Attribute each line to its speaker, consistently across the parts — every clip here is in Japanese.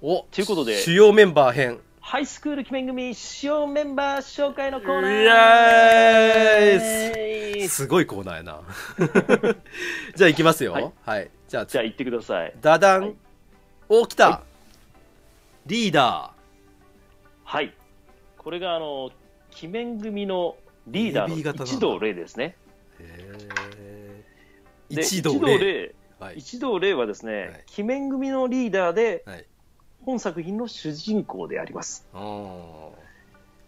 Speaker 1: お
Speaker 2: ということで、
Speaker 1: 主要メンバー編
Speaker 2: ハイスクール記念組主要メンバー紹介のコーナー
Speaker 1: イエ
Speaker 2: イエーイ
Speaker 1: すごいコーナーやな じゃあいきますよは
Speaker 2: はいい、
Speaker 1: じゃあ
Speaker 2: じゃあ行ってください。
Speaker 1: ダダン、
Speaker 2: はい
Speaker 1: お来た、
Speaker 2: は
Speaker 1: リーダ
Speaker 2: はい。これが、あの、記念組のリーダ
Speaker 1: AB
Speaker 2: ー
Speaker 1: 型なんだ
Speaker 2: の一同霊ですね。
Speaker 1: ー
Speaker 2: で
Speaker 1: 一同
Speaker 2: 一同
Speaker 1: で、
Speaker 2: 霊
Speaker 1: はい、
Speaker 2: 一同霊はですね、
Speaker 1: い
Speaker 2: 鬼面組のリーダーで、
Speaker 1: はい
Speaker 2: 本作品の主人公であります
Speaker 1: あー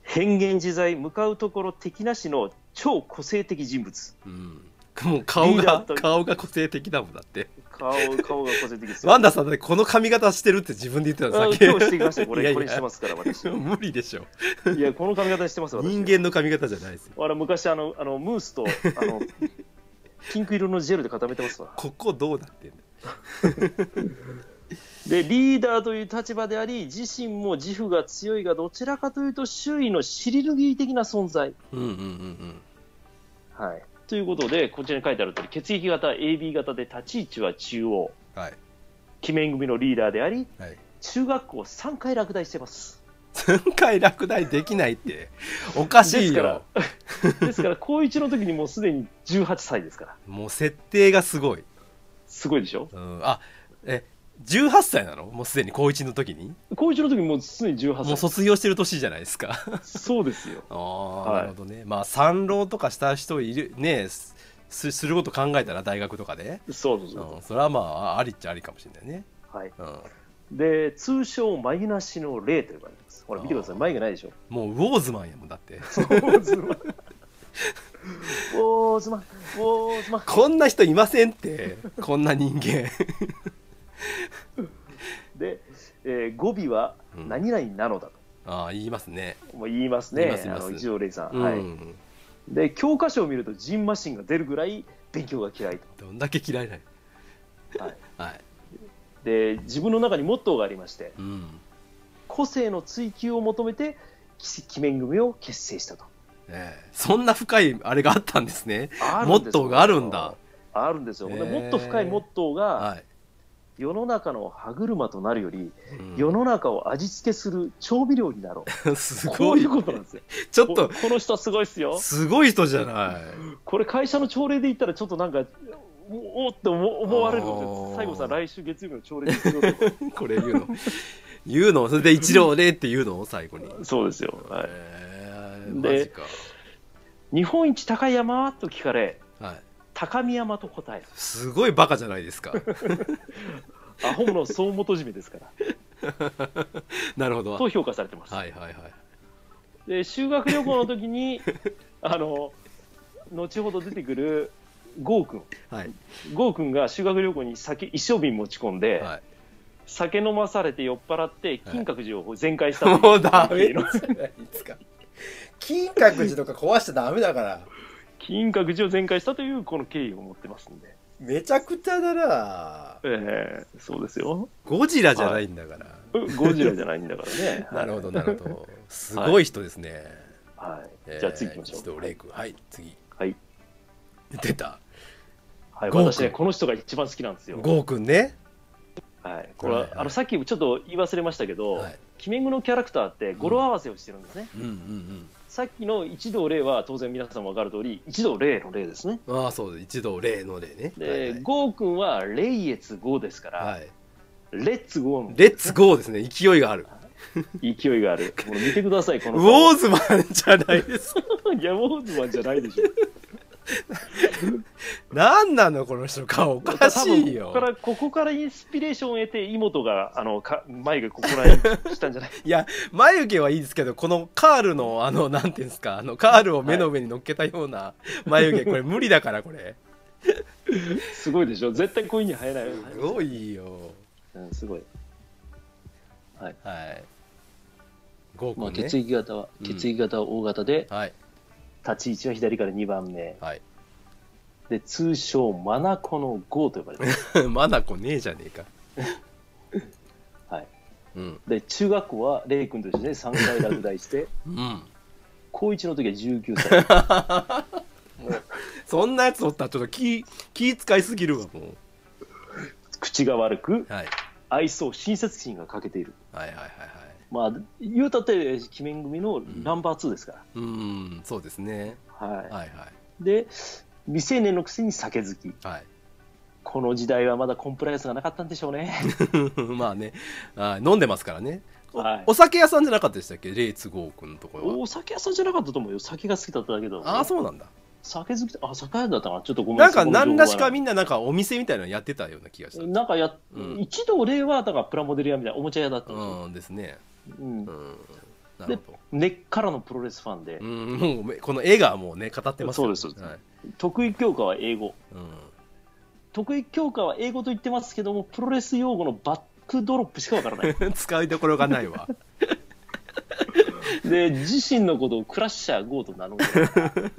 Speaker 2: 変幻自在向かうところ敵なしの超個性的人物
Speaker 1: うんもう顔
Speaker 2: リーダ
Speaker 1: が
Speaker 2: ーと
Speaker 1: 顔が個性的だもんだって
Speaker 2: 顔顔が個性的ですよ
Speaker 1: ワンダさんだってこの髪型してるって自分で言ってた
Speaker 2: あ
Speaker 1: の
Speaker 2: 今
Speaker 1: さっき
Speaker 2: 日してきましたこれ
Speaker 1: いやいや
Speaker 2: これしてますから私い
Speaker 1: 無理でしょ
Speaker 2: やこの髪型してます私
Speaker 1: 人間の髪型じゃないですよ
Speaker 2: あの昔あのあのムースとあの ピンク色のジェルで固めてますわ
Speaker 1: ここどうなってんの
Speaker 2: でリーダーという立場であり自身も自負が強いがどちらかというと周囲の尻拭い的な存在
Speaker 1: うんうんうん
Speaker 2: はい、ということで、こちらに書いてある通り、血液型、AB 型で立ち位置は中央、
Speaker 1: うんはい
Speaker 2: 鬼面組のリーダーであり、
Speaker 1: はい
Speaker 2: 中学校3回落第してます。
Speaker 1: 3回落第できないっておかしいよ
Speaker 2: ですから、ですから高1の時にもうすでに18歳ですから、
Speaker 1: もう設定がすごい、
Speaker 2: すごいでしょ、
Speaker 1: うん、あえ18歳なのもうすでに高1の時に
Speaker 2: 高1の時にもうすでに18
Speaker 1: もう
Speaker 2: 歳、
Speaker 1: 卒業してる年じゃないです か
Speaker 2: そうですよ、
Speaker 1: あー、
Speaker 2: い
Speaker 1: なるほどねまあ三浪とかした人いるねすすすること考えたら大学とかで、
Speaker 2: そうそうそう、
Speaker 1: うん、それはまあありっちゃありかもしれないね、
Speaker 2: はい、
Speaker 1: うん、
Speaker 2: で通称、眉なしの霊と呼ばれてます、ほら、見てください、眉毛ないでしょ、
Speaker 1: もうウォーズマンやもんだって
Speaker 2: ウォーズマン、ウォーズマン、ウォーズマン。
Speaker 1: こんな人いませんって こんな人間
Speaker 2: で、えー語尾は
Speaker 1: うん
Speaker 2: 何々なのだと、
Speaker 1: ああ言いますね、
Speaker 2: もう言います
Speaker 1: 言いま
Speaker 2: ね
Speaker 1: す、言い
Speaker 2: あ
Speaker 1: ます
Speaker 2: の一条レイさん、
Speaker 1: うん
Speaker 2: はいで教科書を見るとジンマシンが出るぐらい勉強が嫌い
Speaker 1: どんだけ嫌いな
Speaker 2: と、はい、
Speaker 1: のはい
Speaker 2: で自分の中にモットーがありまして
Speaker 1: うん
Speaker 2: 個性の追求を求めて鬼面組を結成したと
Speaker 1: ねえそんな深いあれがあったんですね。
Speaker 2: あ
Speaker 1: モットーがあるんだ。
Speaker 2: あるんですよ、ほんで
Speaker 1: へー
Speaker 2: もっと深いモットーが、
Speaker 1: はい。
Speaker 2: 世の中の歯車となるより、
Speaker 1: うん
Speaker 2: 世の中を味付けする調味料になろう
Speaker 1: す
Speaker 2: こ
Speaker 1: ご
Speaker 2: うい。
Speaker 1: いう
Speaker 2: ことなんですよ
Speaker 1: ちょっ、
Speaker 2: ことこの人すごいっすよ
Speaker 1: すごい人じゃない。
Speaker 2: これ会社の朝礼で言ったらちょっとなんかおおって思思われるんで
Speaker 1: あ
Speaker 2: すよ
Speaker 1: ー
Speaker 2: 最後さ来週月曜日の朝礼で言ってくださ
Speaker 1: これ言うの。言うのそれで一郎ねって言うの最後に。
Speaker 2: いそうですよ、はい、
Speaker 1: えー、
Speaker 2: で
Speaker 1: マジか。
Speaker 2: 日本一高い山はと聞かれ
Speaker 1: はい。
Speaker 2: 高見山と答え
Speaker 1: すごいバカじゃないですか。
Speaker 2: るアホの総元締めですから
Speaker 1: なるほど。は
Speaker 2: と
Speaker 1: い
Speaker 2: 評価されてます、
Speaker 1: はいはい。
Speaker 2: で修学旅行の時に あの後ほど出てくる郷君
Speaker 1: はい。
Speaker 2: 郷君が修学旅行に酒一升瓶持ち込んで、
Speaker 1: はい
Speaker 2: 酒飲まされて酔っ払って金閣寺を全壊した とい
Speaker 1: もうダメじ
Speaker 2: う
Speaker 1: ゃないですか。 金閣寺とか壊しちゃダメだから。
Speaker 2: 金閣寺を全壊したというこの経緯を持ってますんで
Speaker 1: めちゃくちゃだな。
Speaker 2: ええそうですよ。
Speaker 1: ゴジラじゃないんだから。
Speaker 2: ゴジラじゃないんだから
Speaker 1: 。
Speaker 2: ね
Speaker 1: なるほど、なるほ ど。すごい人ですね。
Speaker 2: はい。
Speaker 1: えー
Speaker 2: じゃあ次行きましょ
Speaker 1: ちょっと
Speaker 2: う。
Speaker 1: レイ君、はい、次。
Speaker 2: はい。
Speaker 1: 出た。
Speaker 2: はい、
Speaker 1: ゴー君
Speaker 2: 私ね、この人が一番好きなんですよ。
Speaker 1: ゴー君ね。
Speaker 2: はい。これは
Speaker 1: はい、
Speaker 2: あの、さっきちょっと言い忘れましたけど、
Speaker 1: はい。
Speaker 2: 鬼面具のキャラクターって語呂合わせをしてるんですね。
Speaker 1: うんうん
Speaker 2: さっきの一同霊は当然皆さんもわかる通り、一同霊の霊ですね。
Speaker 1: うん。ああ、そう、一度例の例ね。はいは
Speaker 2: で、
Speaker 1: い
Speaker 2: ゴー君は、霊越ゴーですから、
Speaker 1: はい。
Speaker 2: レッツゴーの
Speaker 1: レッツゴーですね。勢いがある。
Speaker 2: 勢いがある。もう見てください、この
Speaker 1: ウ
Speaker 2: 顔。
Speaker 1: ォーズマンじゃないです か。
Speaker 2: いや、ウォーズマンじゃないでしょ。
Speaker 1: なんなの、この人、顔おかしいよ
Speaker 2: 多分ここ。からここからインスピレーションを得て妹があのか眉毛ここら辺したん じゃない
Speaker 1: いや、眉毛はいいですけど、このカールの、あの、なんていうんですか、あの、カールを目の上に乗っけたような眉毛、こ れ無理だから、これ。
Speaker 2: すごいでしょ絶対こういうに生えない、
Speaker 1: すごいよ。
Speaker 2: うん、すごい、
Speaker 1: はい。ゴ
Speaker 2: まあ、
Speaker 1: ー君
Speaker 2: 血
Speaker 1: ね。
Speaker 2: 液型は
Speaker 1: うん
Speaker 2: 血液型は O 型で、
Speaker 1: はい。
Speaker 2: 立ち位置は左から2番目
Speaker 1: はい。
Speaker 2: で通称マナコの GO と呼ばれ てます
Speaker 1: まだこねえじゃねえか。
Speaker 2: はい
Speaker 1: うん。
Speaker 2: で中学校はレイ君と一緒で3回落第して
Speaker 1: うん。
Speaker 2: 高1の時は19歳
Speaker 1: そんなやつおったらちょっと気、気使いすぎるわ、も
Speaker 2: 口が悪く
Speaker 1: う。はい。
Speaker 2: 愛想、親切心が欠けている。
Speaker 1: はいはいはいはい
Speaker 2: まあ、言うたって、鬼面組のナンバー2ですか
Speaker 1: うんそうですね
Speaker 2: ら。はい。
Speaker 1: はい
Speaker 2: で、未成年のくせに酒好き。
Speaker 1: はい
Speaker 2: この時代はまだコンプライアンスがなかったんでしょうね。
Speaker 1: はい まあねはい飲んでますからねお,、
Speaker 2: はい
Speaker 1: 酒屋さんじゃなかったでしたっけレイツゴー君のところは
Speaker 2: お酒屋さんじゃなかったと思うよ。酒が好きだっただけだと思よ
Speaker 1: ああそうなんだ
Speaker 2: 酒好きだあ、酒屋だったかな。ちょっとごめん
Speaker 1: なんか何らしか
Speaker 2: 見
Speaker 1: みんななんかお店みたいなのやってたような気がした
Speaker 2: なんかや、
Speaker 1: うん
Speaker 2: 一度俺はだからプラモデル屋みたいなおもちゃ屋だったんですよ、
Speaker 1: うんですね
Speaker 2: うん
Speaker 1: うんなるほど
Speaker 2: 根っからのプロレスファンで、
Speaker 1: うんもうめこの絵がもうね語ってますよね
Speaker 2: そうですそうです
Speaker 1: はい
Speaker 2: 得意教科は英語
Speaker 1: うん
Speaker 2: 得意教科は英語と言ってますけどもプロレス用語のバックドロップしかわからない
Speaker 1: 使いどころがないわ
Speaker 2: で自身のことをクラッシャー GO と名乗る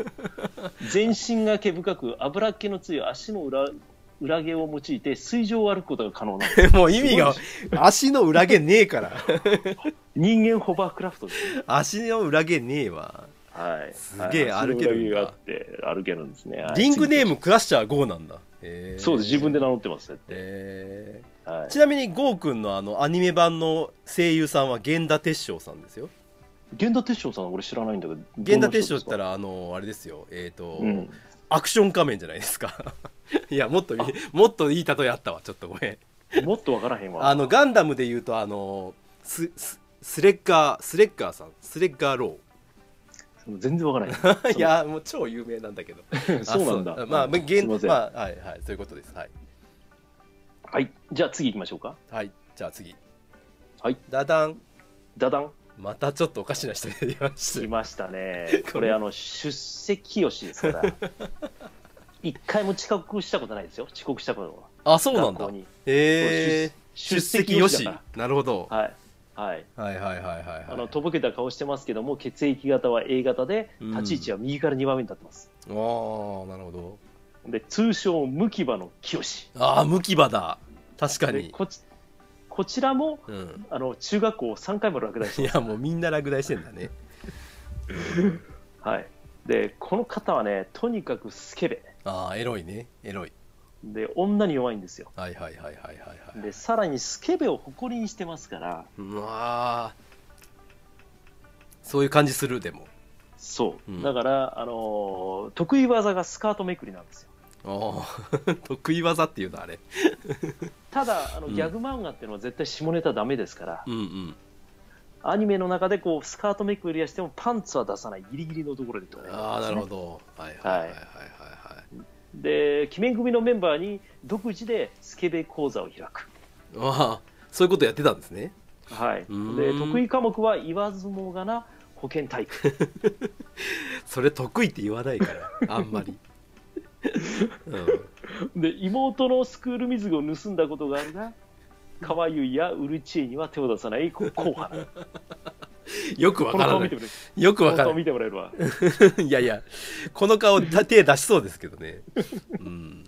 Speaker 2: 全身が毛深く油っ気の強い足の裏裏毛を用いて水上を歩くことが可能なの
Speaker 1: もう意味が
Speaker 2: す
Speaker 1: 足の裏毛ねえから
Speaker 2: 人間ホバークラフトですね
Speaker 1: 足の裏毛ねえわ
Speaker 2: はい
Speaker 1: すげえ
Speaker 2: はい
Speaker 1: 歩けるんだ
Speaker 2: 足の裏毛があって歩けるんですねはい
Speaker 1: リングネームクラッシャー GO なんだへえ
Speaker 2: そうです自分で名乗ってますね
Speaker 1: え
Speaker 2: は
Speaker 1: ー
Speaker 2: い
Speaker 1: ちなみに GO くんのあのアニメ版の声優さんは源田鉄章さんですよ
Speaker 2: 源田鉄章さん俺知らないんだけど
Speaker 1: 源田鉄章って言った
Speaker 2: ら
Speaker 1: らあのあれですよえっ、と、
Speaker 2: うん
Speaker 1: アクション仮面じゃないですか いやもっといいもっといい例えあったわちょっとごめん
Speaker 2: もっとわからへんわ
Speaker 1: あのガンダムで言うとあのスススレッガースレッガーさんスレッガーロ
Speaker 2: 全然わからへん
Speaker 1: ー いやもう超有名なんだけど
Speaker 2: そうなんだ
Speaker 1: あまあ、
Speaker 2: うんすい
Speaker 1: 現
Speaker 2: ません
Speaker 1: まあはいはいそういうことですはい、
Speaker 2: はいじゃあ次行きましょうか
Speaker 1: はい、じゃあ次
Speaker 2: はい
Speaker 1: ダダン
Speaker 2: ダダン
Speaker 1: またちょっとおかしな人が出まし
Speaker 2: 来
Speaker 1: た
Speaker 2: ました ねこれあの出席よしですから一回も遅刻したことないですよ遅刻したことは
Speaker 1: あそうなんだ
Speaker 2: 学校に
Speaker 1: へえ
Speaker 2: 出
Speaker 1: 出
Speaker 2: 席
Speaker 1: 席
Speaker 2: よ
Speaker 1: よ
Speaker 2: し
Speaker 1: し
Speaker 2: だか
Speaker 1: なるほど、
Speaker 2: らはいはい
Speaker 1: はい、はいはいはいはい
Speaker 2: あのとぼけた顔してますけども血液型は A 型で
Speaker 1: うん
Speaker 2: 立ち位置は右から2番目に立ってます、
Speaker 1: あーなるほど
Speaker 2: で通称ムキバのきよし
Speaker 1: ああ無牙だ確か
Speaker 2: で
Speaker 1: に
Speaker 2: こちこちらも
Speaker 1: うん
Speaker 2: あの中学校を3回も落第して
Speaker 1: い
Speaker 2: ます
Speaker 1: やもうみんな落第してんだね
Speaker 2: はい、でこの方はねとにかくスケベ
Speaker 1: ああエロいねエロい
Speaker 2: で女に弱いんですよ
Speaker 1: はいはいはいはいはいはい
Speaker 2: でさらにスケベを誇りにしてますから
Speaker 1: うわーそういう感じするでも
Speaker 2: そう、
Speaker 1: うん
Speaker 2: だから、あのー得意技がスカートめくりなんですよ
Speaker 1: ああ 得意技っていうのあれ
Speaker 2: ただあの
Speaker 1: うん
Speaker 2: ギャグ漫画っていうのは絶対下ネタダメですから、
Speaker 1: うんうん
Speaker 2: アニメの中でこうスカートめくりはしてもパンツは出さないギリギリのところでとね
Speaker 1: ああなるほどはいはいはいはいはいはい
Speaker 2: で鬼面組のメンバーに独自でスケベ講座を開く
Speaker 1: ああそういうことやってたんですね
Speaker 2: はい、
Speaker 1: うん
Speaker 2: で得意科目は言わずもがな保健 体育
Speaker 1: それ得意って言わないから あんまり、うん、
Speaker 2: で妹のスクール水着を盗んだことがあるが川湯やウルチェには手を出さないこ硬派
Speaker 1: よくわ
Speaker 2: こ
Speaker 1: から
Speaker 2: の顔
Speaker 1: な
Speaker 2: 見て
Speaker 1: い
Speaker 2: くれ
Speaker 1: よく
Speaker 2: こ
Speaker 1: わ
Speaker 2: の
Speaker 1: から
Speaker 2: 顔
Speaker 1: な
Speaker 2: 見てもらえるわ
Speaker 1: いいやいやこの 顔た手出しそうですけどねうん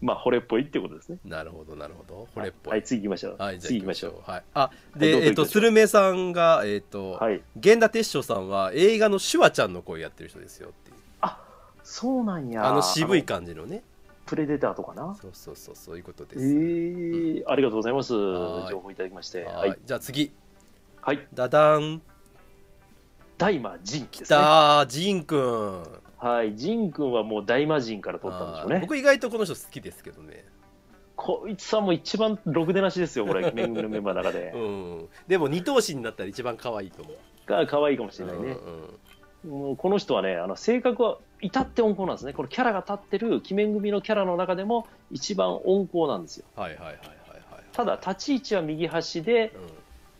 Speaker 2: まあ惚れっぽいってことですね
Speaker 1: なるほどなるほどこれっぽい
Speaker 2: はい次行きましょう、
Speaker 1: はい、じゃあ
Speaker 2: 次
Speaker 1: 行き
Speaker 2: 行き
Speaker 1: ま
Speaker 2: ま
Speaker 1: し
Speaker 2: し
Speaker 1: ょ
Speaker 2: ょ
Speaker 1: う
Speaker 2: う。
Speaker 1: はい。あ、
Speaker 2: どう
Speaker 1: で、
Speaker 2: ぞ
Speaker 1: えっ、と、
Speaker 2: 行きましょう
Speaker 1: スルメさんが、えっ、と、
Speaker 2: はい
Speaker 1: 源田鉄章さんは映画の手話ちゃんの声やってる人ですよっていう。
Speaker 2: そうなんや
Speaker 1: あの渋い
Speaker 2: あの
Speaker 1: 感じのね。
Speaker 2: プレデターとかな
Speaker 1: そうそうそう、そういうことで
Speaker 2: え
Speaker 1: す。
Speaker 2: ーありがとうございます
Speaker 1: はい
Speaker 2: 情報いただきまして
Speaker 1: は
Speaker 2: はいい、
Speaker 1: じゃあ次。
Speaker 2: はい、
Speaker 1: ダダン。
Speaker 2: 大魔神で
Speaker 1: き
Speaker 2: すね
Speaker 1: たー、ジンくん。
Speaker 2: はい神君はもう大魔神から取ったんでしょう
Speaker 1: あー
Speaker 2: ね
Speaker 1: 僕意外とこの人好きですけどね。
Speaker 2: こいつはもう一番ろくでなしですよこ れ面組のメンバーの中で
Speaker 1: うん。でも二頭身になったら一番可愛いと思う。
Speaker 2: が可愛いかもしれない
Speaker 1: う
Speaker 2: ね、
Speaker 1: んうん
Speaker 2: もうこの人はねあの性格は至って温厚なんですねこのキャラが立ってる鬼面組のキャラの中でも一番温厚なんですよ
Speaker 1: はいはいはいはいはい。
Speaker 2: ただ立ち位置は右端で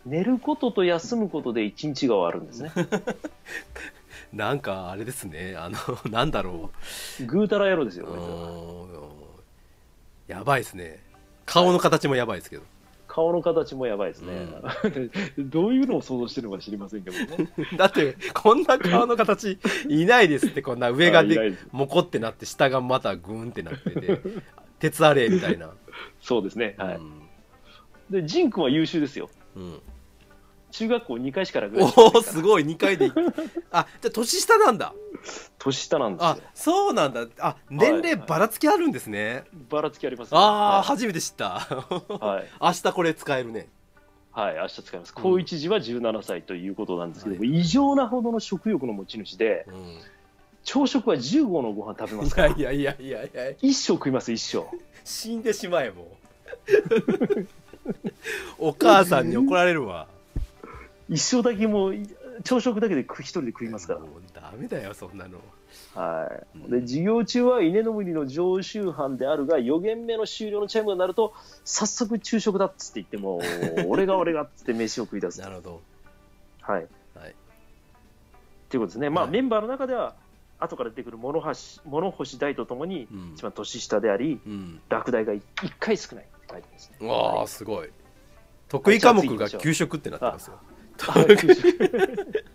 Speaker 1: う
Speaker 2: 寝ることと休むことで一日が終わる んですね
Speaker 1: ん、なんかあれですね、あの、 なんだろう。
Speaker 2: ぐうたら野郎ですよ、こいつは
Speaker 1: おーやばいですね顔の形もやばいですけど、
Speaker 2: 顔の形もやばいですね、 どういうのを想像してるのか知りませんけどね、
Speaker 1: だってこんな顔の形いないですってこんな上が
Speaker 2: あいない
Speaker 1: で
Speaker 2: です
Speaker 1: モコってなって下がまたグーンってなってて鉄アレイみたいな、
Speaker 2: そうですね、はい
Speaker 1: うん
Speaker 2: でジン君は優秀ですよ、
Speaker 1: うん
Speaker 2: 中学校2回しか落語してない
Speaker 1: お
Speaker 2: か
Speaker 1: お
Speaker 2: ら
Speaker 1: すごい2回でいあじゃあ年下なんだ
Speaker 2: 年下なんですよ
Speaker 1: あそうなんだあ年齢ばらつきあるんですね、
Speaker 2: ばらつきあります、
Speaker 1: ああ
Speaker 2: は
Speaker 1: 初めて知った
Speaker 2: い、はい
Speaker 1: 明日これ使えるね
Speaker 2: はい、明日使います高一時は17歳ということなんですけども、異常なほどの食欲の持ち主で
Speaker 1: うん
Speaker 2: 朝食は15のご飯食べます
Speaker 1: い
Speaker 2: から
Speaker 1: やいやいやいやいや
Speaker 2: 一生食います一生
Speaker 1: 死んでしまえもう お母さんに怒られるわ
Speaker 2: 一生だけもう朝食だけで食一人で食いますから
Speaker 1: もうダメだよそんなの
Speaker 2: はい、
Speaker 1: うん
Speaker 2: で授業中は稲の森の常習犯であるが4限目の終了のチャイムが鳴ると早速昼食だっつって言っても俺が俺がっつって飯を食 い出す
Speaker 1: なるほど
Speaker 2: はい
Speaker 1: はい
Speaker 2: っていうことですね、まあ
Speaker 1: はい
Speaker 2: メンバーの中では後から出てくる諸星諸星大とともに
Speaker 1: うん
Speaker 2: 一番年下であり、
Speaker 1: うん
Speaker 2: 落第が1回少ないって書いてますね
Speaker 1: うわあすごい得意科目が給食ってなってますよ
Speaker 2: はい給食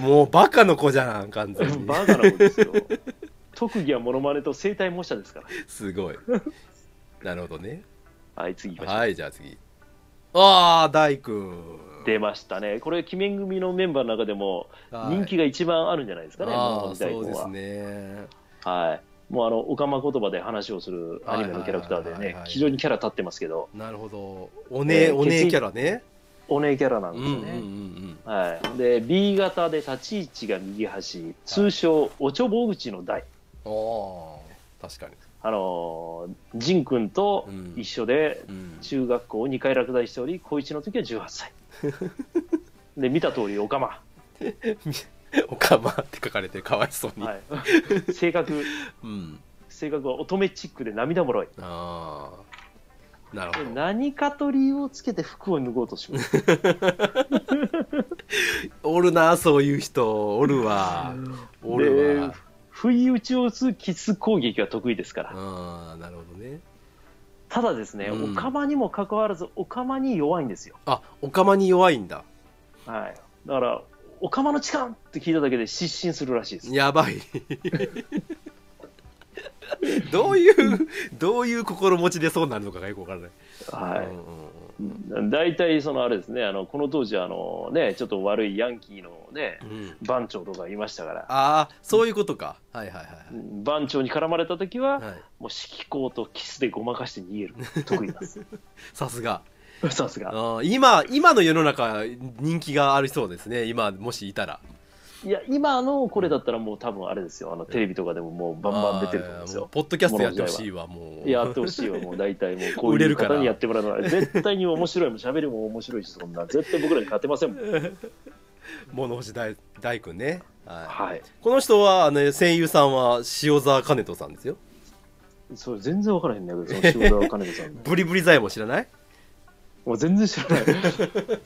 Speaker 1: もうバカの子じゃん完全に
Speaker 2: バカなもんですよ特技はモノマネと生体模写ですから
Speaker 1: すごいなるほどね
Speaker 2: はい次行きましょう
Speaker 1: はいじゃあ次ああ大君
Speaker 2: 出ましたねこれ鬼面組のメンバーの中でも
Speaker 1: はい
Speaker 2: 人気が一番あるんじゃないですかね、
Speaker 1: あ
Speaker 2: 桃
Speaker 1: あ
Speaker 2: 井大
Speaker 1: そう
Speaker 2: 根
Speaker 1: です
Speaker 2: は。
Speaker 1: ね
Speaker 2: はい、もうあのオカマ言葉で話をするアニメのキャラクターで
Speaker 1: はいはいはい
Speaker 2: ね
Speaker 1: は、い
Speaker 2: 非常にキャラ立ってますけど、
Speaker 1: なるほどおね
Speaker 2: えー
Speaker 1: おね
Speaker 2: 血液
Speaker 1: キャラね
Speaker 2: お姉キャラなん
Speaker 1: う
Speaker 2: で
Speaker 1: ん
Speaker 2: す
Speaker 1: うんうんう
Speaker 2: よね。
Speaker 1: ん
Speaker 2: はい、で B 型で立ち位置が右端通称おちょぼ口の台
Speaker 1: ああ確かに
Speaker 2: あのー仁君と一緒で
Speaker 1: うん
Speaker 2: 中学校を2回落第しており高1の時は18歳 で見た通りオカマ、
Speaker 1: おかまって書かれてかわいそうに、
Speaker 2: はい、性格
Speaker 1: うん
Speaker 2: 性格は乙女チックで涙もろい
Speaker 1: ああなるほど
Speaker 2: 何かと理由をつけて服を脱ごうとします
Speaker 1: おるなそういう人おるわおるわ
Speaker 2: で不意打ちを打つキス攻撃が得意ですから、
Speaker 1: ああなるほどね
Speaker 2: ただですね、
Speaker 1: うん
Speaker 2: おかまにもかかわらず、おかまに弱いんですよ、
Speaker 1: あおかまに弱いんだ
Speaker 2: はい、だから、おかまの力って聞いただけで失神するらしいです、
Speaker 1: やばい どういうどういう心持ちでそうなるのかがよくわからない、うん
Speaker 2: は
Speaker 1: うんうん
Speaker 2: い、大体、そのあれですね、あのこの当時あの、ね、ちょっと悪いヤンキーの、ね、
Speaker 1: うん
Speaker 2: 番長とかいましたから、
Speaker 1: ああそういうことかはいはいはい
Speaker 2: うん番長に絡まれた時は、
Speaker 1: はいはい
Speaker 2: もう指揮校とキスでごまかして逃げる、得意なん です、
Speaker 1: さすが
Speaker 2: さすが。
Speaker 1: あー今今の世の中人気がありそうですね今もしいたら
Speaker 2: いや、今のこれだったら、もう多分あれですよ、あのテレビとかでももうバンバン出てると思うんです
Speaker 1: あーも
Speaker 2: よ
Speaker 1: う。ポッドキャストやってほしいわもう
Speaker 2: やってほしいよ、もう大体もう、こ
Speaker 1: 売
Speaker 2: う
Speaker 1: れ
Speaker 2: い
Speaker 1: る
Speaker 2: う
Speaker 1: から
Speaker 2: 方にやってもらわない。絶対に面白いもん、喋りも面白いし、そんな。絶対僕らに勝てません もん。
Speaker 1: 物干し大大君ね、は
Speaker 2: はい。
Speaker 1: い、この人はあの声優さんは塩沢兼人さんですよ
Speaker 2: それ全然分からへんねんけど、その塩沢金 子さんの。
Speaker 1: ブリブリ財も知らない
Speaker 2: もう全然知らない。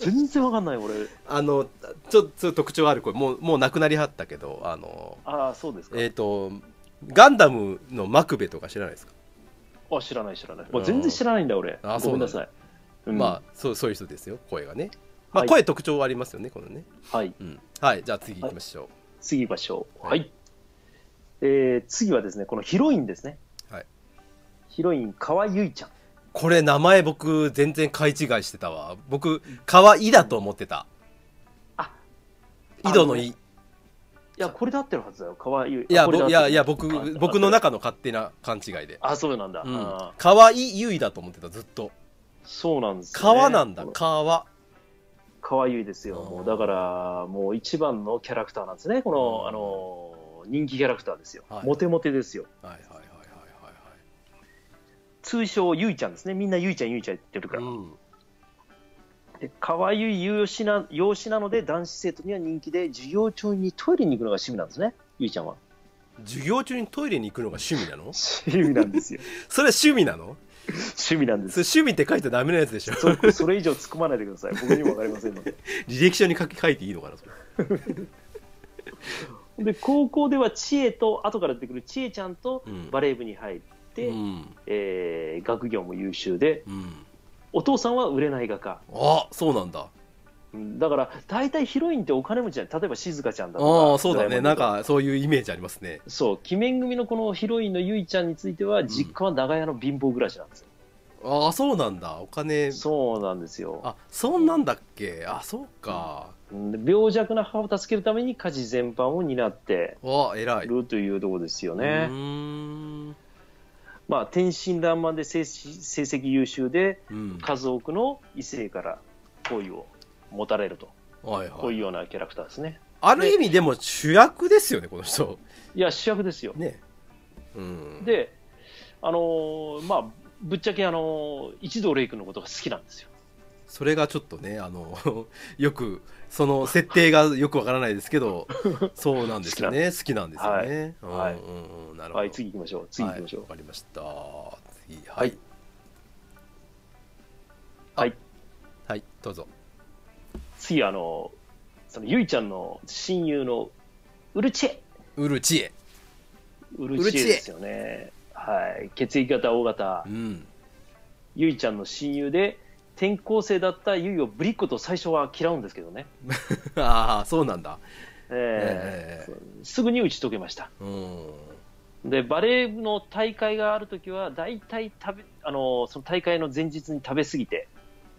Speaker 2: 全然分かんない、俺。
Speaker 1: あのちょっと特徴ある声もうもう亡くなりはったけどあの
Speaker 2: ああ、そうですか。
Speaker 1: えっ、とガンダムのマクベとか知らないですか、
Speaker 2: あ、知らない、知らない。もう全然知らないんだ、俺。
Speaker 1: あ
Speaker 2: ごめんなさい。うん
Speaker 1: まあそうそういう人ですよ声がね、まあ、
Speaker 2: はい
Speaker 1: 声特徴ありますよねこのね、
Speaker 2: はい。
Speaker 1: うん、はいじゃあ次行きましょ
Speaker 2: 次行きましょう。
Speaker 1: は
Speaker 2: はいい。えー次はですね、このヒロインですね。
Speaker 1: はい。
Speaker 2: ヒロイン、川由衣ちゃん。
Speaker 1: う、これ名前僕全然買い違いしてたわ僕川井だと思ってた
Speaker 2: あ
Speaker 1: 井戸の井
Speaker 2: いや、これで合ってるはずだよ、川由衣。
Speaker 1: いや、
Speaker 2: あこれで合
Speaker 1: ぼ
Speaker 2: っ
Speaker 1: い
Speaker 2: てる
Speaker 1: や、いや、僕
Speaker 2: あ合って、る
Speaker 1: 僕の中の勝手な勘違いで。
Speaker 2: あ、そうなんだ。
Speaker 1: う
Speaker 2: あー
Speaker 1: ん。川井優衣だと思ってた、ずっと。
Speaker 2: そうなんですよね、
Speaker 1: 川なんだ、川。
Speaker 2: 可愛いですよ。
Speaker 1: あー
Speaker 2: もうだから、もう一番のキャラクターなんですね。こ
Speaker 1: うん
Speaker 2: の、あのー、人気キャラクターですよ。
Speaker 1: はい
Speaker 2: モテモテですよ。
Speaker 1: はいはいはいはい
Speaker 2: 通称、ゆいちゃんですね。みんなゆいちゃん、ゆいちゃん言ってるか
Speaker 1: はいはい。
Speaker 2: ら。
Speaker 1: うん。
Speaker 2: で可愛い容姿な容姿なので、男子生徒には人気で、授業中にトイレに行くのが趣味なんですね。ゆいちゃ んは。
Speaker 1: 授業中にトイレに行くのが趣味なの
Speaker 2: 趣味なんですよ。
Speaker 1: それは趣味なの
Speaker 2: 趣味なんです
Speaker 1: それ趣味って書いてダメなやつでしょ
Speaker 2: それそれ以上突っ込まないでください。僕にもわかりませんので。
Speaker 1: 履歴書に書き書いていいのかなそれ
Speaker 2: で、高校では知恵と、後から出てくる知恵ちゃんと
Speaker 1: うん
Speaker 2: バレー部に入って、
Speaker 1: うん。
Speaker 2: えー学業も優秀で、
Speaker 1: うん。
Speaker 2: お父さんは売れない画家。
Speaker 1: あ、そうなんだ。
Speaker 2: うんだから、大体ヒロインってお金持ちじゃん。例えば静香ちゃんだとか。
Speaker 1: ああ、そうだね。
Speaker 2: ドラ
Speaker 1: な
Speaker 2: えも
Speaker 1: ん
Speaker 2: と。
Speaker 1: か、そういうイメージありますね。
Speaker 2: そう、鬼面組のこのヒロインのゆいちゃんについては、実家は長屋の貧乏暮らしなんですよ。
Speaker 1: あああそうなんだお金
Speaker 2: そうなんですよ。
Speaker 1: あそんなんだっけあそうか
Speaker 2: で病弱な母を助けるために家事全般を担って
Speaker 1: わあ偉い、
Speaker 2: るというところですよ
Speaker 1: う
Speaker 2: ね。
Speaker 1: ーん
Speaker 2: まあ、天真爛漫で成績成績優秀で
Speaker 1: うん
Speaker 2: 数多くの異性から恋を持たれると、
Speaker 1: はい
Speaker 2: こ
Speaker 1: は
Speaker 2: う
Speaker 1: い
Speaker 2: いうようなキャラクターですね。
Speaker 1: ある意味でも主役ですよねこの人
Speaker 2: いや、主役ですよ。
Speaker 1: ねうん
Speaker 2: で、あのーまあ、ぶっちゃけ、あのー一同レイ君のことが好きなんですよ。
Speaker 1: それがちょっとねあの よくその設定がよくわからないですけ どそうなんですよね好きなんですよね
Speaker 2: はい
Speaker 1: うんうんうんなるほど
Speaker 2: はい、次行きましょう。次行きましょう
Speaker 1: はいわ、。かりました次は
Speaker 2: はいい
Speaker 1: あ
Speaker 2: はい
Speaker 1: はいどうぞ
Speaker 2: 次、あのーそのゆいちゃんの親友のウルチェ。
Speaker 1: ウルチエ
Speaker 2: ウルチエですよね。はい、血液型 O 型
Speaker 1: う、ん
Speaker 2: ゆいちゃんの親友で、転校生だったゆいをぶりっ子と最初は嫌うんですけどね。
Speaker 1: ああそうなんだ
Speaker 2: え
Speaker 1: ええ
Speaker 2: ーそうすぐに打ち解けました。
Speaker 1: うん
Speaker 2: で、バレー部の大会があるときは、大体食べ、あのーその大会の前日に食べ過ぎて、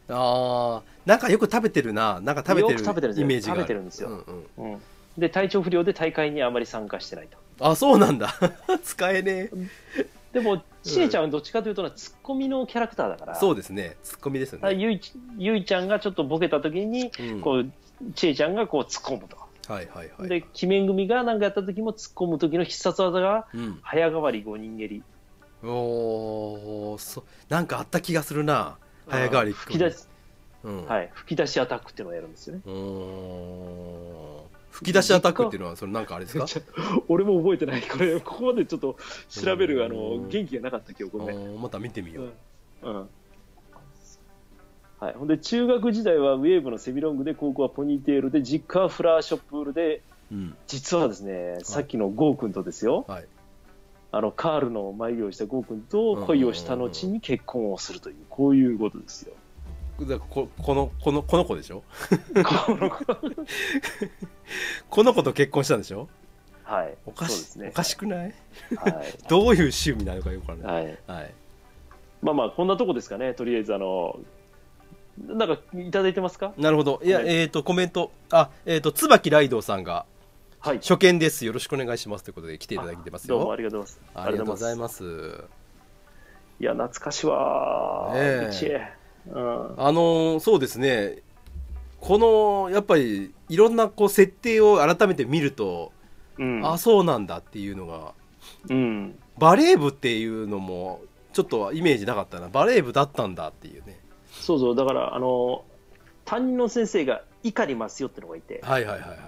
Speaker 1: ああなんかよく食べてるななんか食べて
Speaker 2: よ
Speaker 1: る
Speaker 2: く食べてるんです
Speaker 1: イ
Speaker 2: よ
Speaker 1: メージがある
Speaker 2: 食べてるんですよ
Speaker 1: うんうん
Speaker 2: うんで、体調不良で大会にあまり参加してないと。
Speaker 1: あそうなんだ 使えねえ
Speaker 2: でも、ちえちゃんはどっちかというと、ツッコミのキャラクターだから、
Speaker 1: そうですねツッコミですよ
Speaker 2: だから
Speaker 1: ね
Speaker 2: ゆいちゆいちゃんがちょっとボケたときに、
Speaker 1: うん
Speaker 2: こう、ちえちゃんがこう突っ込むと。
Speaker 1: はいはいはい
Speaker 2: で、鬼面組が何かやった時も突っ込む時の必殺技が、
Speaker 1: うん
Speaker 2: 早変わり5人蹴り。
Speaker 1: おーそなんかあった気がするな早変わり
Speaker 2: 吹き出し、
Speaker 1: うん
Speaker 2: はい、吹き出しアタックっていうのをやるんですよね。
Speaker 1: うーん吹き出しアタックっていうのはそれなんかあれですか
Speaker 2: ちょ俺も覚えてない。これ、ここまでちょっと調べ
Speaker 1: う
Speaker 2: る、あ
Speaker 1: ん
Speaker 2: の、元気がなかった今日、
Speaker 1: う
Speaker 2: ごめん。
Speaker 1: ーんまた見てみよう
Speaker 2: うん。うんはい、ほんで中学時代はウェーブのセミロングで高校はポニーテールで実家はフラーショップールで
Speaker 1: うん
Speaker 2: 実はですねさっきのゴー君とですよ、
Speaker 1: はい
Speaker 2: あのカールの眉毛をしたゴー君と恋をした後に結婚をするというこういうことですよ。
Speaker 1: だからここのこのこの子でしょ
Speaker 2: この子
Speaker 1: この子と結婚したんでしょ
Speaker 2: はい。
Speaker 1: おか
Speaker 2: そうで
Speaker 1: し,、
Speaker 2: すね。
Speaker 1: おかしくない
Speaker 2: は
Speaker 1: どういう趣味なのかよくわからない
Speaker 2: い。はい。
Speaker 1: はい
Speaker 2: まあまあ、こんなとこですかね。とりあえず、あの、なんか、いただいてますか
Speaker 1: なるほどいや、
Speaker 2: はい
Speaker 1: えっ、とコメントあえっ、と椿ライドウさんが
Speaker 2: はい。
Speaker 1: 初見ですよろしくお願いしますということで来ていただいてます
Speaker 2: どうもあ
Speaker 1: よ
Speaker 2: りがとうございます。
Speaker 1: ありがとうござい
Speaker 2: あ
Speaker 1: ます
Speaker 2: りがとうございます。いや、懐かしいわ
Speaker 1: ねえ
Speaker 2: ー。うちへ。うん。
Speaker 1: あのーそうですねこのやっぱりいろんなこう設定を改めて見ると、
Speaker 2: うん。
Speaker 1: あそうなんだっていうのが
Speaker 2: うん。
Speaker 1: バレー部っていうのもちょっとイメージなかったなバレー部だったんだっていうね
Speaker 2: そうそう。だから、あの、担任の先生が、怒りますよってのがいて、
Speaker 1: はいはいはいはい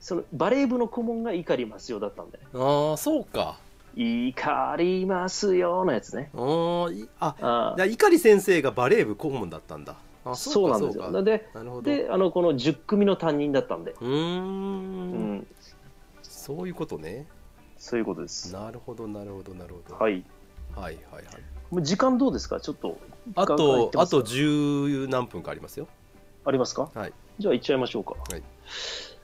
Speaker 2: そのバレー部の顧問が怒りますよだったんで、ね、
Speaker 1: ああそうか
Speaker 2: 怒りますよのやつね。
Speaker 1: あーいあ
Speaker 2: あ
Speaker 1: だ碇先生がバレー部顧問だったんだあ
Speaker 2: あそうなんですよ。なん
Speaker 1: な
Speaker 2: で、
Speaker 1: るほど
Speaker 2: で、あの、この10組の担任だったんで、
Speaker 1: うーん
Speaker 2: うんん、
Speaker 1: そういうことね
Speaker 2: そういうことです。
Speaker 1: なるほどなるほどなるほど、、
Speaker 2: はいい。
Speaker 1: はいはいはい
Speaker 2: もう時間どうですかちょっと
Speaker 1: あ
Speaker 2: ガンガンい
Speaker 1: と
Speaker 2: ってま
Speaker 1: あ
Speaker 2: すか
Speaker 1: と十何分かありますよ
Speaker 2: ありますか
Speaker 1: はい
Speaker 2: じゃあ行っちゃいましょうか。
Speaker 1: はい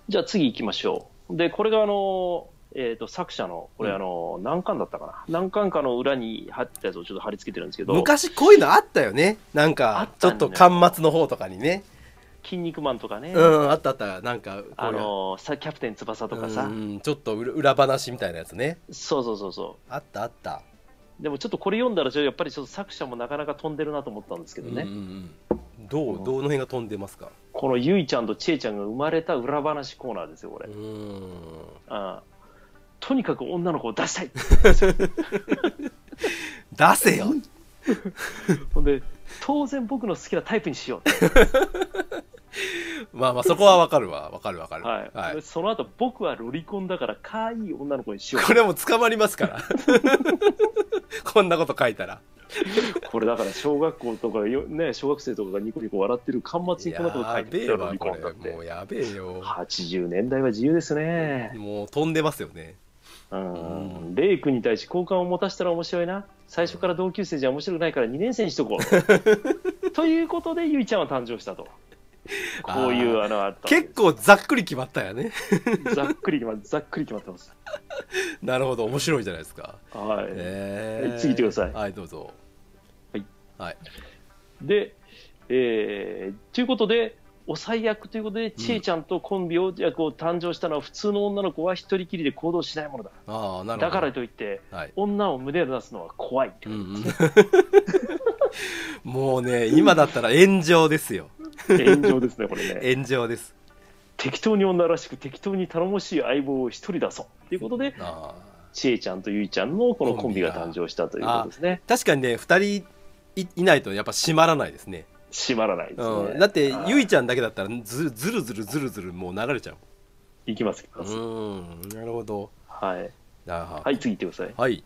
Speaker 2: じゃあ次行きましょう。で、これがあの、えっ、と、作者の、これあの、何巻だったかな何巻かの裏に貼ったやつをちょっと貼り付けてるんですけど、
Speaker 1: 昔こういうのあったよねなん
Speaker 2: あ
Speaker 1: か
Speaker 2: っ
Speaker 1: ちょ
Speaker 2: た
Speaker 1: っ
Speaker 2: んだ
Speaker 1: と
Speaker 2: よ
Speaker 1: 端末の方とかにね
Speaker 2: 筋肉マンとかね、
Speaker 1: うんあったあったなんかこういう
Speaker 2: あの、さ、キャプテン翼とかさ、
Speaker 1: うんちょっと裏裏話みたいなやつね
Speaker 2: そうそうそうそ
Speaker 1: あったあった
Speaker 2: う。でもちょっとこれ読んだら、ちょっとやっぱりちょっと作者もなかなか飛んでるなと思ったんですけどね、
Speaker 1: うんうんうんどうどの辺が飛んでますか
Speaker 2: このゆいちゃんとちえちゃんが生まれた裏話コーナーですよ、これ
Speaker 1: う。ん
Speaker 2: ああとにかく女の子を 出したい
Speaker 1: 出せよ
Speaker 2: ほんで当然僕の好きなタイプにしようって、
Speaker 1: まあまあそこはわかるわわかるわかる
Speaker 2: はいでその後僕はロリコンだから可愛い女の子にしよ
Speaker 1: これも捕まりますから こんなこと書いたら
Speaker 2: うこれだから小学校とかよ、ね、小学生とかがニコニコ笑ってる巻末にこんなこと書
Speaker 1: や
Speaker 2: いて
Speaker 1: べ
Speaker 2: る
Speaker 1: え
Speaker 2: よロ
Speaker 1: わ
Speaker 2: リ
Speaker 1: こ
Speaker 2: コンだっ
Speaker 1: れもう
Speaker 2: て
Speaker 1: やべえよ
Speaker 2: 80年代は自由ですね
Speaker 1: もう飛んでますよね
Speaker 2: うん、
Speaker 1: う
Speaker 2: レイ君に対し好感を持たせたら面白いな最初から同級生じゃ面白くないから2年生にしとこ うということでゆいちゃんは誕生したとこういうあのあった
Speaker 1: 結構ざっくり決まったよね
Speaker 2: 構ざっくり決まざっくり決まってます
Speaker 1: なるほど面白いじゃないですか
Speaker 2: はい、
Speaker 1: えー
Speaker 2: 次行ってください
Speaker 1: はいどうぞ
Speaker 2: はい、
Speaker 1: はい
Speaker 2: で、えーということで、お最悪ということで、ちえちゃんとコンビを、じゃあこう誕生したのは、普通の女の子は一人きりで行動しないものだ。
Speaker 1: ああなるほど
Speaker 2: だからといって、
Speaker 1: はい
Speaker 2: 女を胸で出すのは怖いって
Speaker 1: う
Speaker 2: こ
Speaker 1: んうんもうね今だったら炎上ですよ
Speaker 2: とで炎上ですね、これね。
Speaker 1: 炎上です
Speaker 2: 適当に女らしく、適当に頼もしい相棒を一人出そうということで、
Speaker 1: ああ
Speaker 2: ちえちゃんとゆいちゃんのこのコンビが誕生したということですね。
Speaker 1: 確かにね2人いいないとやっぱ締まらないですね
Speaker 2: 閉まらないですね。
Speaker 1: うん、だってゆい
Speaker 2: い
Speaker 1: ちゃんだけだったらずずるずるずるずるもう流れちゃう
Speaker 2: いきます、いきます。
Speaker 1: うんなるほど
Speaker 2: はい。
Speaker 1: は
Speaker 2: はい、次行ってください。
Speaker 1: はい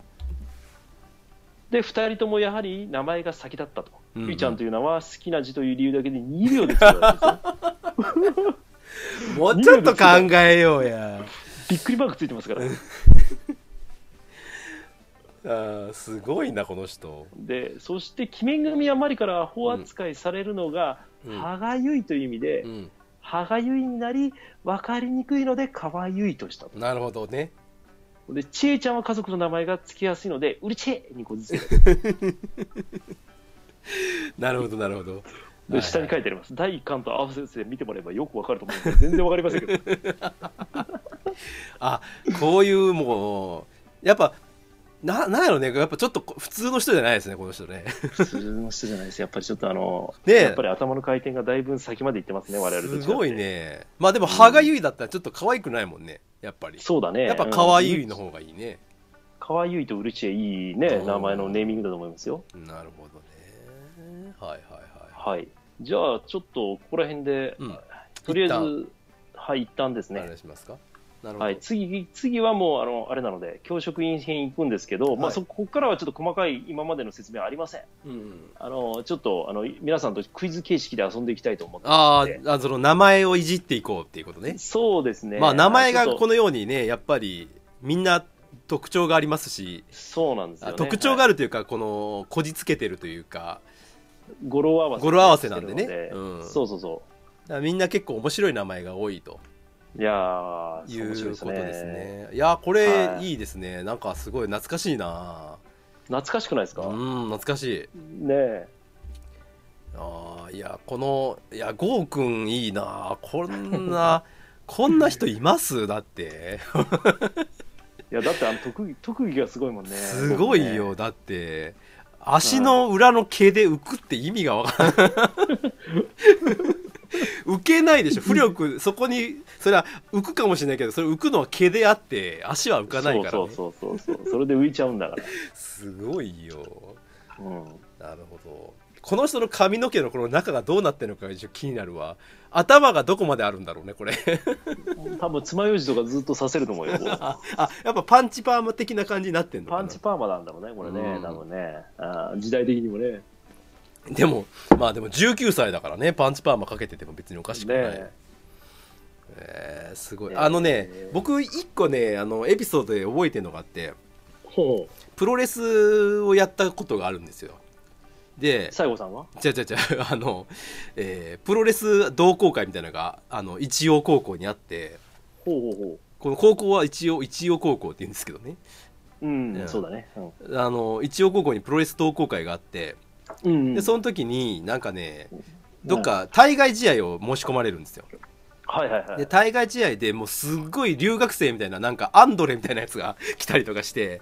Speaker 2: で、二人ともやはり名前が先だったと。
Speaker 1: うんうん
Speaker 2: ゆいちゃんという名は好きな字という理由だけで2秒で作られたんです よ。
Speaker 1: もうちょっと考えようや
Speaker 2: びっくりマークついて ますから。
Speaker 1: あーすごいなこの人
Speaker 2: で、そして、鬼面組はマリからアホ扱いされるのが、
Speaker 1: うん
Speaker 2: 歯がゆいという意味で、
Speaker 1: うん
Speaker 2: 歯がゆいになり、分かりにくいので、かわゆいとしたと。
Speaker 1: なるほどね
Speaker 2: で、ちえちゃんは家族の名前がつきやすいので、うりちえにこずつけて、
Speaker 1: なるほどなるほど
Speaker 2: で下に書
Speaker 1: い
Speaker 2: いてあります。第1巻と合わせて見てもらえばよくわかると思うんですけど、全然わかりませんけど、
Speaker 1: あこういうもうやっぱななんやろねやっぱちょっとこ普通の人じゃないですねこの人ね
Speaker 2: 普通の人じゃないです。やっぱりちょっとあの、
Speaker 1: ねえ
Speaker 2: やっぱり頭の回転がだいぶ先まで行ってますね、我々と違って
Speaker 1: すごい。ねまあでも歯がゆいだったらちょっと可愛くないもんねやっぱり
Speaker 2: そうだね。
Speaker 1: やっぱ可愛い
Speaker 2: うん
Speaker 1: の方がいいね、
Speaker 2: かわゆいとうるちえいいね、名前のネーミングだと思いますよ。
Speaker 1: なるほどねはいはいは
Speaker 2: はい。じゃあ、ちょっと、ここら辺で、
Speaker 1: うん
Speaker 2: とりあえ
Speaker 1: 一
Speaker 2: ず、はい、一旦です
Speaker 1: い、お
Speaker 2: ね
Speaker 1: 願。いしますかなるほど、
Speaker 2: はい、次、次はもう、あの、あれなので、教職員編行くんですけど、ま
Speaker 1: は
Speaker 2: あ、
Speaker 1: い
Speaker 2: そここからはちょっと細かい今までの説明はありません。
Speaker 1: うん、
Speaker 2: あの、ちょっと、あの、皆さんとクイズ形式で遊んでいきたいと思ってま
Speaker 1: あ
Speaker 2: すので。
Speaker 1: ーあその名前をいじっていこうっていうことね
Speaker 2: そうですね。
Speaker 1: まあ名前が
Speaker 2: ちょっと
Speaker 1: このようにねやっぱりみんな特徴がありますし、
Speaker 2: そうなんですよ、
Speaker 1: あ
Speaker 2: ね。
Speaker 1: 特徴があ
Speaker 2: る、
Speaker 1: るというか、このこじつけてるというか
Speaker 2: 語呂合わせ。
Speaker 1: 語呂合わせなんでねうん
Speaker 2: そうそうそ
Speaker 1: だからみんな結構面白い名前が多いと
Speaker 2: う。いやー、
Speaker 1: いう
Speaker 2: 面白いです
Speaker 1: ことです
Speaker 2: ね。
Speaker 1: ねいやーこれ
Speaker 2: はい
Speaker 1: いいですね、なんかすごい懐かしいな
Speaker 2: 懐かしくないです
Speaker 1: う
Speaker 2: か、
Speaker 1: ん懐かしい
Speaker 2: ねえ。
Speaker 1: ああいやこのいやゴーくんいいなこん なこんな人いますだって
Speaker 2: いやだってあの特技 特技がすごいもんね。
Speaker 1: すごいよ、だって足の裏の毛で浮くって意味がわからん 浮けないでしょ浮力そこにそれは浮くかもしれないけどそれ浮くのは毛であって足は浮かないから、ね、
Speaker 2: そうそうそうそうそう。それで浮いちゃうんだから。
Speaker 1: すごいよ
Speaker 2: うん。
Speaker 1: なるほどこの人の髪の毛のこの中がどうなってるのか一応気になるわ頭がどこまであるんだろうねこれ
Speaker 2: 多分爪楊枝とかずっとさせると思うよ。こう
Speaker 1: ああやっぱパンチパーマ的な感じになってんのか
Speaker 2: パ
Speaker 1: な
Speaker 2: ンチパーマなんだろうねこれね
Speaker 1: うん
Speaker 2: 多分ね。あー時代的にもね。
Speaker 1: でもまあでも19歳だからねパンチパーマかけてても別におかしくない、
Speaker 2: ね
Speaker 1: えーすごい、
Speaker 2: えー
Speaker 1: あのね僕一個ねあのエピソードで覚えてるのがあって
Speaker 2: ほう。
Speaker 1: プロレスをやったことがあるんですよで
Speaker 2: 西郷さんは？
Speaker 1: 違う違う違う あの、えープロレス同好会みたいなのがあの一応高校にあって
Speaker 2: ほうほうほ
Speaker 1: この高校は一応一応高校って言うんですけどね
Speaker 2: う。うん、
Speaker 1: うん
Speaker 2: そうだね。うん
Speaker 1: あの一応高校にプロレス同好会があって
Speaker 2: うん。
Speaker 1: でそ
Speaker 2: の
Speaker 1: の時になんかねどっか対外試合を申し込まれるんですよ
Speaker 2: はいはいは
Speaker 1: で
Speaker 2: い。
Speaker 1: 対外試合でもうすっごい留学生みたいななんかアンドレみたいなやつが来たりとかして、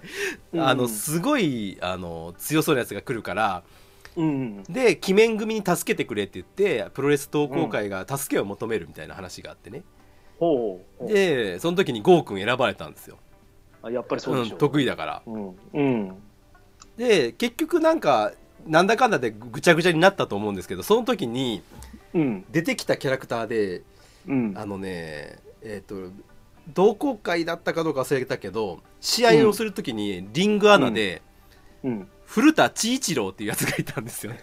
Speaker 1: あ
Speaker 2: う
Speaker 1: の
Speaker 2: ん
Speaker 1: すごいあの強そうなやつが来るから
Speaker 2: うん。
Speaker 1: で鬼面組に助けてくれって言ってプロレス同好会が助けを求めるみたいな話があってね、
Speaker 2: ほうほう。
Speaker 1: でその時にゴー君選ばれたんですよ、
Speaker 2: あやっぱりそう
Speaker 1: う
Speaker 2: で
Speaker 1: ん
Speaker 2: しょう。
Speaker 1: 得意だから
Speaker 2: うんうん。
Speaker 1: で結局なんかなんだかんだでぐちゃぐちゃになったと思うんですけどその時に
Speaker 2: うん
Speaker 1: 出てきたキャラクターで
Speaker 2: うん。
Speaker 1: あのねえっ、と同好会だったかどうか忘れたけど試合をするときにリングアナで、
Speaker 2: うん。
Speaker 1: 古田知一郎っていうやつがいたんですよね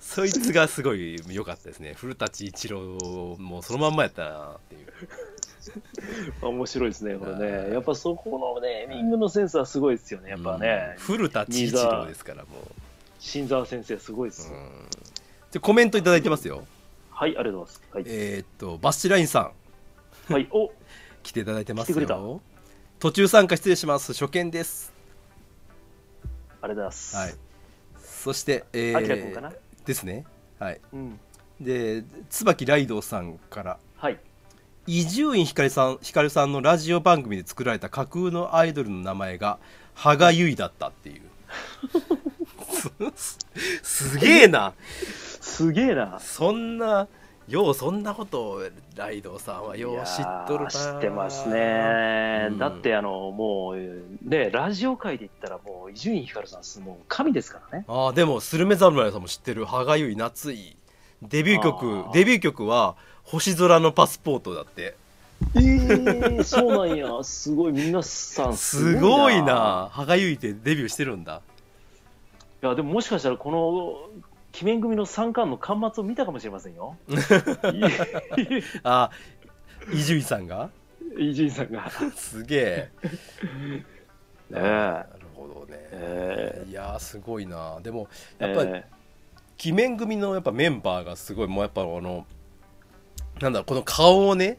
Speaker 1: そいつがすごい良かったですね古田知一郎もそのまんまやったなっていう
Speaker 2: 面白いですねこれね。やっぱそこのねネーミングのセンスはすごいですよねやっぱね
Speaker 1: うん。古田知一郎ですからも
Speaker 2: 新沢先生すごいです
Speaker 1: う、う
Speaker 2: よ、
Speaker 1: ん、でコメントいただいてますよ
Speaker 2: はいありがとうございますはい、
Speaker 1: えーっとバッシュラインさん
Speaker 2: はい、お
Speaker 1: 来ていただいてます
Speaker 2: 来てくれた
Speaker 1: よ途中参加失礼します初見です
Speaker 2: ありがとうございます。
Speaker 1: はい、そして、え
Speaker 2: あきらくんかな
Speaker 1: ですねはい
Speaker 2: うん。
Speaker 1: で椿ライドウさんから
Speaker 2: はい。
Speaker 1: 伊集院光さん光さんのラジオ番組で作られた架空のアイドルの名前が羽賀結衣だったっていう すすげえな
Speaker 2: すげえな。
Speaker 1: そんなようそんなことをライドウさんはよう知っとる
Speaker 2: いや
Speaker 1: な
Speaker 2: ー知ってますね、
Speaker 1: うん
Speaker 2: だってあのもうねラジオ界で言ったらもう伊集院光さんすもう神ですからね
Speaker 1: ああでもスルメ侍さんも知ってる歯がゆい夏いデビュー曲
Speaker 2: あー
Speaker 1: デビュー曲は「星空のパスポート」だって
Speaker 2: えー、 そうなんやすごい皆さん
Speaker 1: すごいな歯がゆいってデビューしてるんだ
Speaker 2: いやでももしかしたらこの鬼面組の三巻の巻末を見たかもしれませんよ
Speaker 1: あー伊集院さんが
Speaker 2: 伊集院さんが
Speaker 1: すげえ
Speaker 2: ねえ
Speaker 1: なるほどね
Speaker 2: え
Speaker 1: いやーすごいなでも
Speaker 2: ー、
Speaker 1: やっぱ
Speaker 2: え
Speaker 1: 鬼面組のやっぱメンバーがすごいもうやっぱあのなんだろうこの顔をね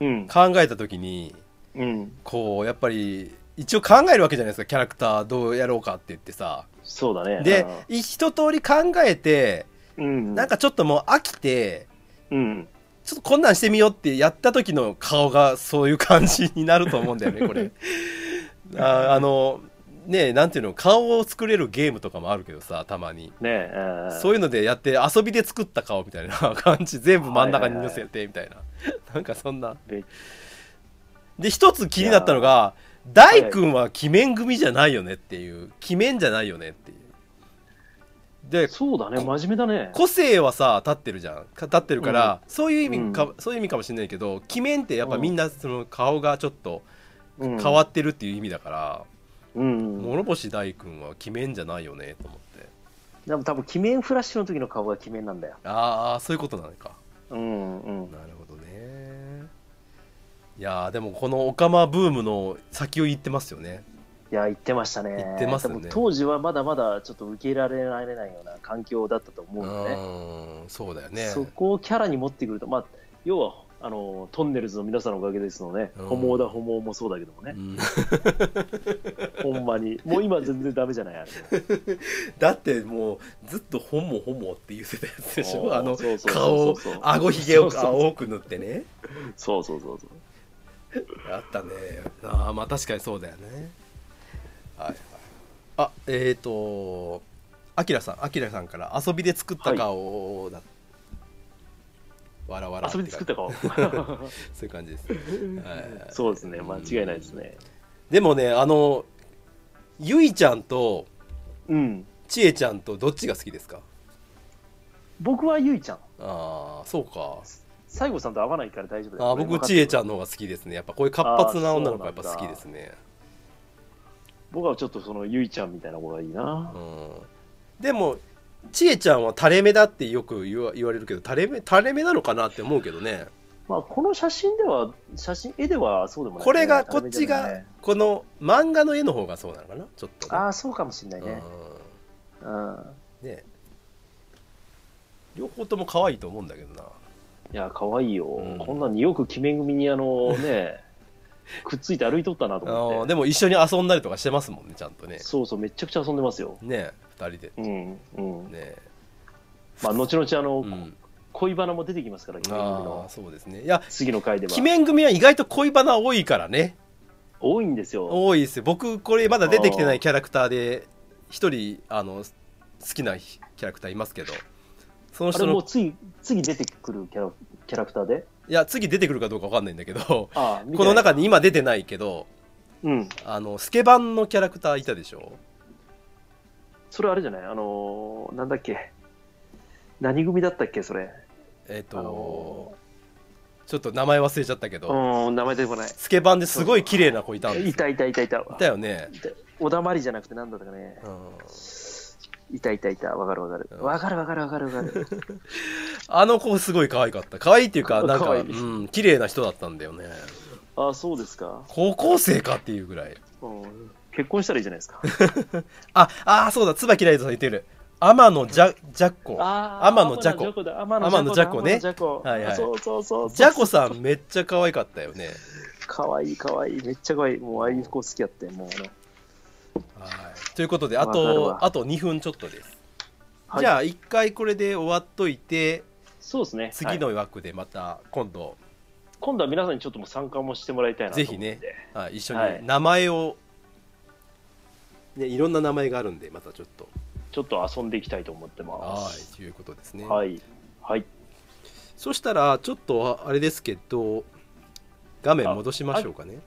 Speaker 2: ー
Speaker 1: 考えた時に
Speaker 2: うんうん
Speaker 1: こうやっぱり一応考えるわけじゃないですかキャラクターどうやろうかって言ってさ
Speaker 2: そうだね
Speaker 1: でい一通り考えて
Speaker 2: うん
Speaker 1: なんかちょっともう飽きて
Speaker 2: うん
Speaker 1: ちょっとこんなんしてみようってやった時の顔がそういう感じになると思うんだよねこ れああのねえなんていうの顔を作れるゲームとかもあるけどさたまに
Speaker 2: ねえー
Speaker 1: そういうのでやって遊びで作った顔みたいな感 じ全部真ん中に乗せてみたいななんかそんな
Speaker 2: で
Speaker 1: で一つ気になったのが大君は鬼面組じゃないよねっていう鬼面じゃないよねっていうで
Speaker 2: そうだね真面目だね
Speaker 1: 個性はさ立ってるじゃんか立ってるから、そういう意味か、そういう意味かもしれないけど鬼面ってやっぱみんなその顔がちょっと
Speaker 2: 変
Speaker 1: 変わってるっていう意味だから、
Speaker 2: うん
Speaker 1: 諸星大君は鬼面じゃないよねと思って
Speaker 2: でも多分、鬼面フラッシュの時の顔が鬼面なんだよ。
Speaker 1: ああそういうことなのか
Speaker 2: うんうん。
Speaker 1: なるほどねいやーでもこのオカマブームの先を行ってますよね
Speaker 2: いや、言ってましたね。
Speaker 1: 言ってますよね
Speaker 2: 多分当時はまだまだちょっと受け入れられないような環境だったと思う
Speaker 1: う
Speaker 2: のね。
Speaker 1: ーんそうだよね
Speaker 2: そこをキャラに持ってくると、まあ、要は、あの、トンネルズの皆さんのおかげですので、
Speaker 1: うん
Speaker 2: ホモだホモもそうだけども
Speaker 1: う
Speaker 2: ね、
Speaker 1: ん
Speaker 2: ほんまに。もう今全然ダメじゃない、あれ。
Speaker 1: だってもうずっと「ホモホモ」って言ってたやつでしょあの
Speaker 2: そうそう
Speaker 1: 顔
Speaker 2: そうそう
Speaker 1: 顎ひげを
Speaker 2: そうそう
Speaker 1: 青く塗ってね
Speaker 2: そうそうそうそう。
Speaker 1: あったねあーまあ確かにそうだよねはいあえっ、とあきらさんあきらさんから遊びで作った顔だ、わらわら
Speaker 2: 遊びで作った
Speaker 1: 顔
Speaker 2: 顔。
Speaker 1: そういう感じ です、はい
Speaker 2: そうですね、間違いないですね。
Speaker 1: でもねあのゆいちゃんと
Speaker 2: うん。
Speaker 1: ちえちゃんとどっちが好きですか
Speaker 2: 僕はゆいちゃん。
Speaker 1: ああそうか
Speaker 2: 西郷さんと合わないから大丈夫だ
Speaker 1: あー僕ちえちゃ
Speaker 2: ん。
Speaker 1: んの方が好きですねやっぱこういう活発な女の子がやっぱ好きですね
Speaker 2: 僕はちょっとそのゆいちゃんみたいな子がいいな。
Speaker 1: うんでもちえちゃんは垂れ目だってよく言わ言われるけど垂れ目垂れ目なのかなって思うけどね
Speaker 2: まあこの写真では、写真、絵ではそうでもないね、
Speaker 1: これがこ
Speaker 2: 食
Speaker 1: っ
Speaker 2: べ
Speaker 1: ち
Speaker 2: てない
Speaker 1: が
Speaker 2: ね。
Speaker 1: この漫画の絵の方がそうなのかなちょっと
Speaker 2: あ
Speaker 1: ね
Speaker 2: あ、そうかもしれないね。うん。
Speaker 1: うんね両方とも可愛いと思うんだけどない
Speaker 2: や、可愛いよ。
Speaker 1: うん
Speaker 2: こんなによく鬼面組にあ のね、くっついて歩いとったなと
Speaker 1: あ
Speaker 2: 思
Speaker 1: ー
Speaker 2: って。
Speaker 1: でも一緒に遊んだりとかしてますもんねちゃんとね
Speaker 2: そうそう、めちゃくちゃ遊んでますよ。
Speaker 1: ね二人で
Speaker 2: うん、うん。
Speaker 1: ね
Speaker 2: まあ、後々あの、
Speaker 1: うん
Speaker 2: 恋バナも出てきますから、鬼面
Speaker 1: あ
Speaker 2: 組
Speaker 1: あ
Speaker 2: の。
Speaker 1: そうですねいや
Speaker 2: 次の回では。
Speaker 1: 鬼面組は意外と恋バナ多いからね
Speaker 2: 多いんですよ。
Speaker 1: 多いですよ僕これまだ出てきてないキャラクターで一人あの好きなキャラクターいますけどその
Speaker 2: あ
Speaker 1: 人
Speaker 2: れ
Speaker 1: の
Speaker 2: もう次、次出てくるキャラキャラクターで。
Speaker 1: いや次出てくるかどうかわかんないんだけど
Speaker 2: ああ、見て
Speaker 1: この中に今出てないけど
Speaker 2: うん。
Speaker 1: あのスケバンのキャラクターいたでしょ
Speaker 2: それあれじゃないあのーなんだっけ何組だったっけそれ。
Speaker 1: えっ、と、
Speaker 2: あの
Speaker 1: ちょっと名前忘れちゃったけ
Speaker 2: う
Speaker 1: ど、
Speaker 2: ーん、名前出てこない。
Speaker 1: スケバンですごい綺麗な子いたんですよ
Speaker 2: いたいたいたいた。
Speaker 1: いたよね、
Speaker 2: いたおだまりじゃなくて何だったかね。
Speaker 1: うん
Speaker 2: いたいたいた。わかるわかる
Speaker 1: う。ん
Speaker 2: わかるわかるわかるわかる。
Speaker 1: あの子すごい可愛かった可愛いっていうかなん
Speaker 2: 可
Speaker 1: か
Speaker 2: 愛い
Speaker 1: うん綺麗な人だったんだよね
Speaker 2: ああ、そうですか、
Speaker 1: 高校生かっていうぐらい
Speaker 2: うん。結婚したらいいじゃないですか。
Speaker 1: あ、あーそうだ、椿ライドさん言ってる。天野じゃ、じゃっこ。
Speaker 2: あ
Speaker 1: 天野じゃこ
Speaker 2: だ天
Speaker 1: 天野
Speaker 2: 野
Speaker 1: じ
Speaker 2: じ
Speaker 1: ゃ
Speaker 2: ゃ
Speaker 1: こ
Speaker 2: こ
Speaker 1: ね
Speaker 2: 天野じゃこ
Speaker 1: はいはい
Speaker 2: そうそうそうそう。
Speaker 1: じゃこさんめっちゃ可愛かったよね。
Speaker 2: かわいいかわいい。めっちゃかわいい。もうああいう子好きやって。もうあの
Speaker 1: はい、ということであ
Speaker 2: わかる
Speaker 1: と
Speaker 2: わ
Speaker 1: あと2分ちょっとです、
Speaker 2: はい
Speaker 1: じゃあ一回これで終わっといて
Speaker 2: そうですね
Speaker 1: 次
Speaker 2: はい
Speaker 1: の枠でまた今度、
Speaker 2: 今度は皆さんにちょっともう参加もしてもらいたいなと思って
Speaker 1: ぜひねはい、一緒
Speaker 2: はい
Speaker 1: に名前を、ね、いろんな名前があるんでまたちょっと
Speaker 2: ちょっと遊んでいきたいと思ってま
Speaker 1: は
Speaker 2: す
Speaker 1: いということですね、
Speaker 2: はいはい
Speaker 1: そしたらちょっとああれですけど画面戻しましょうかね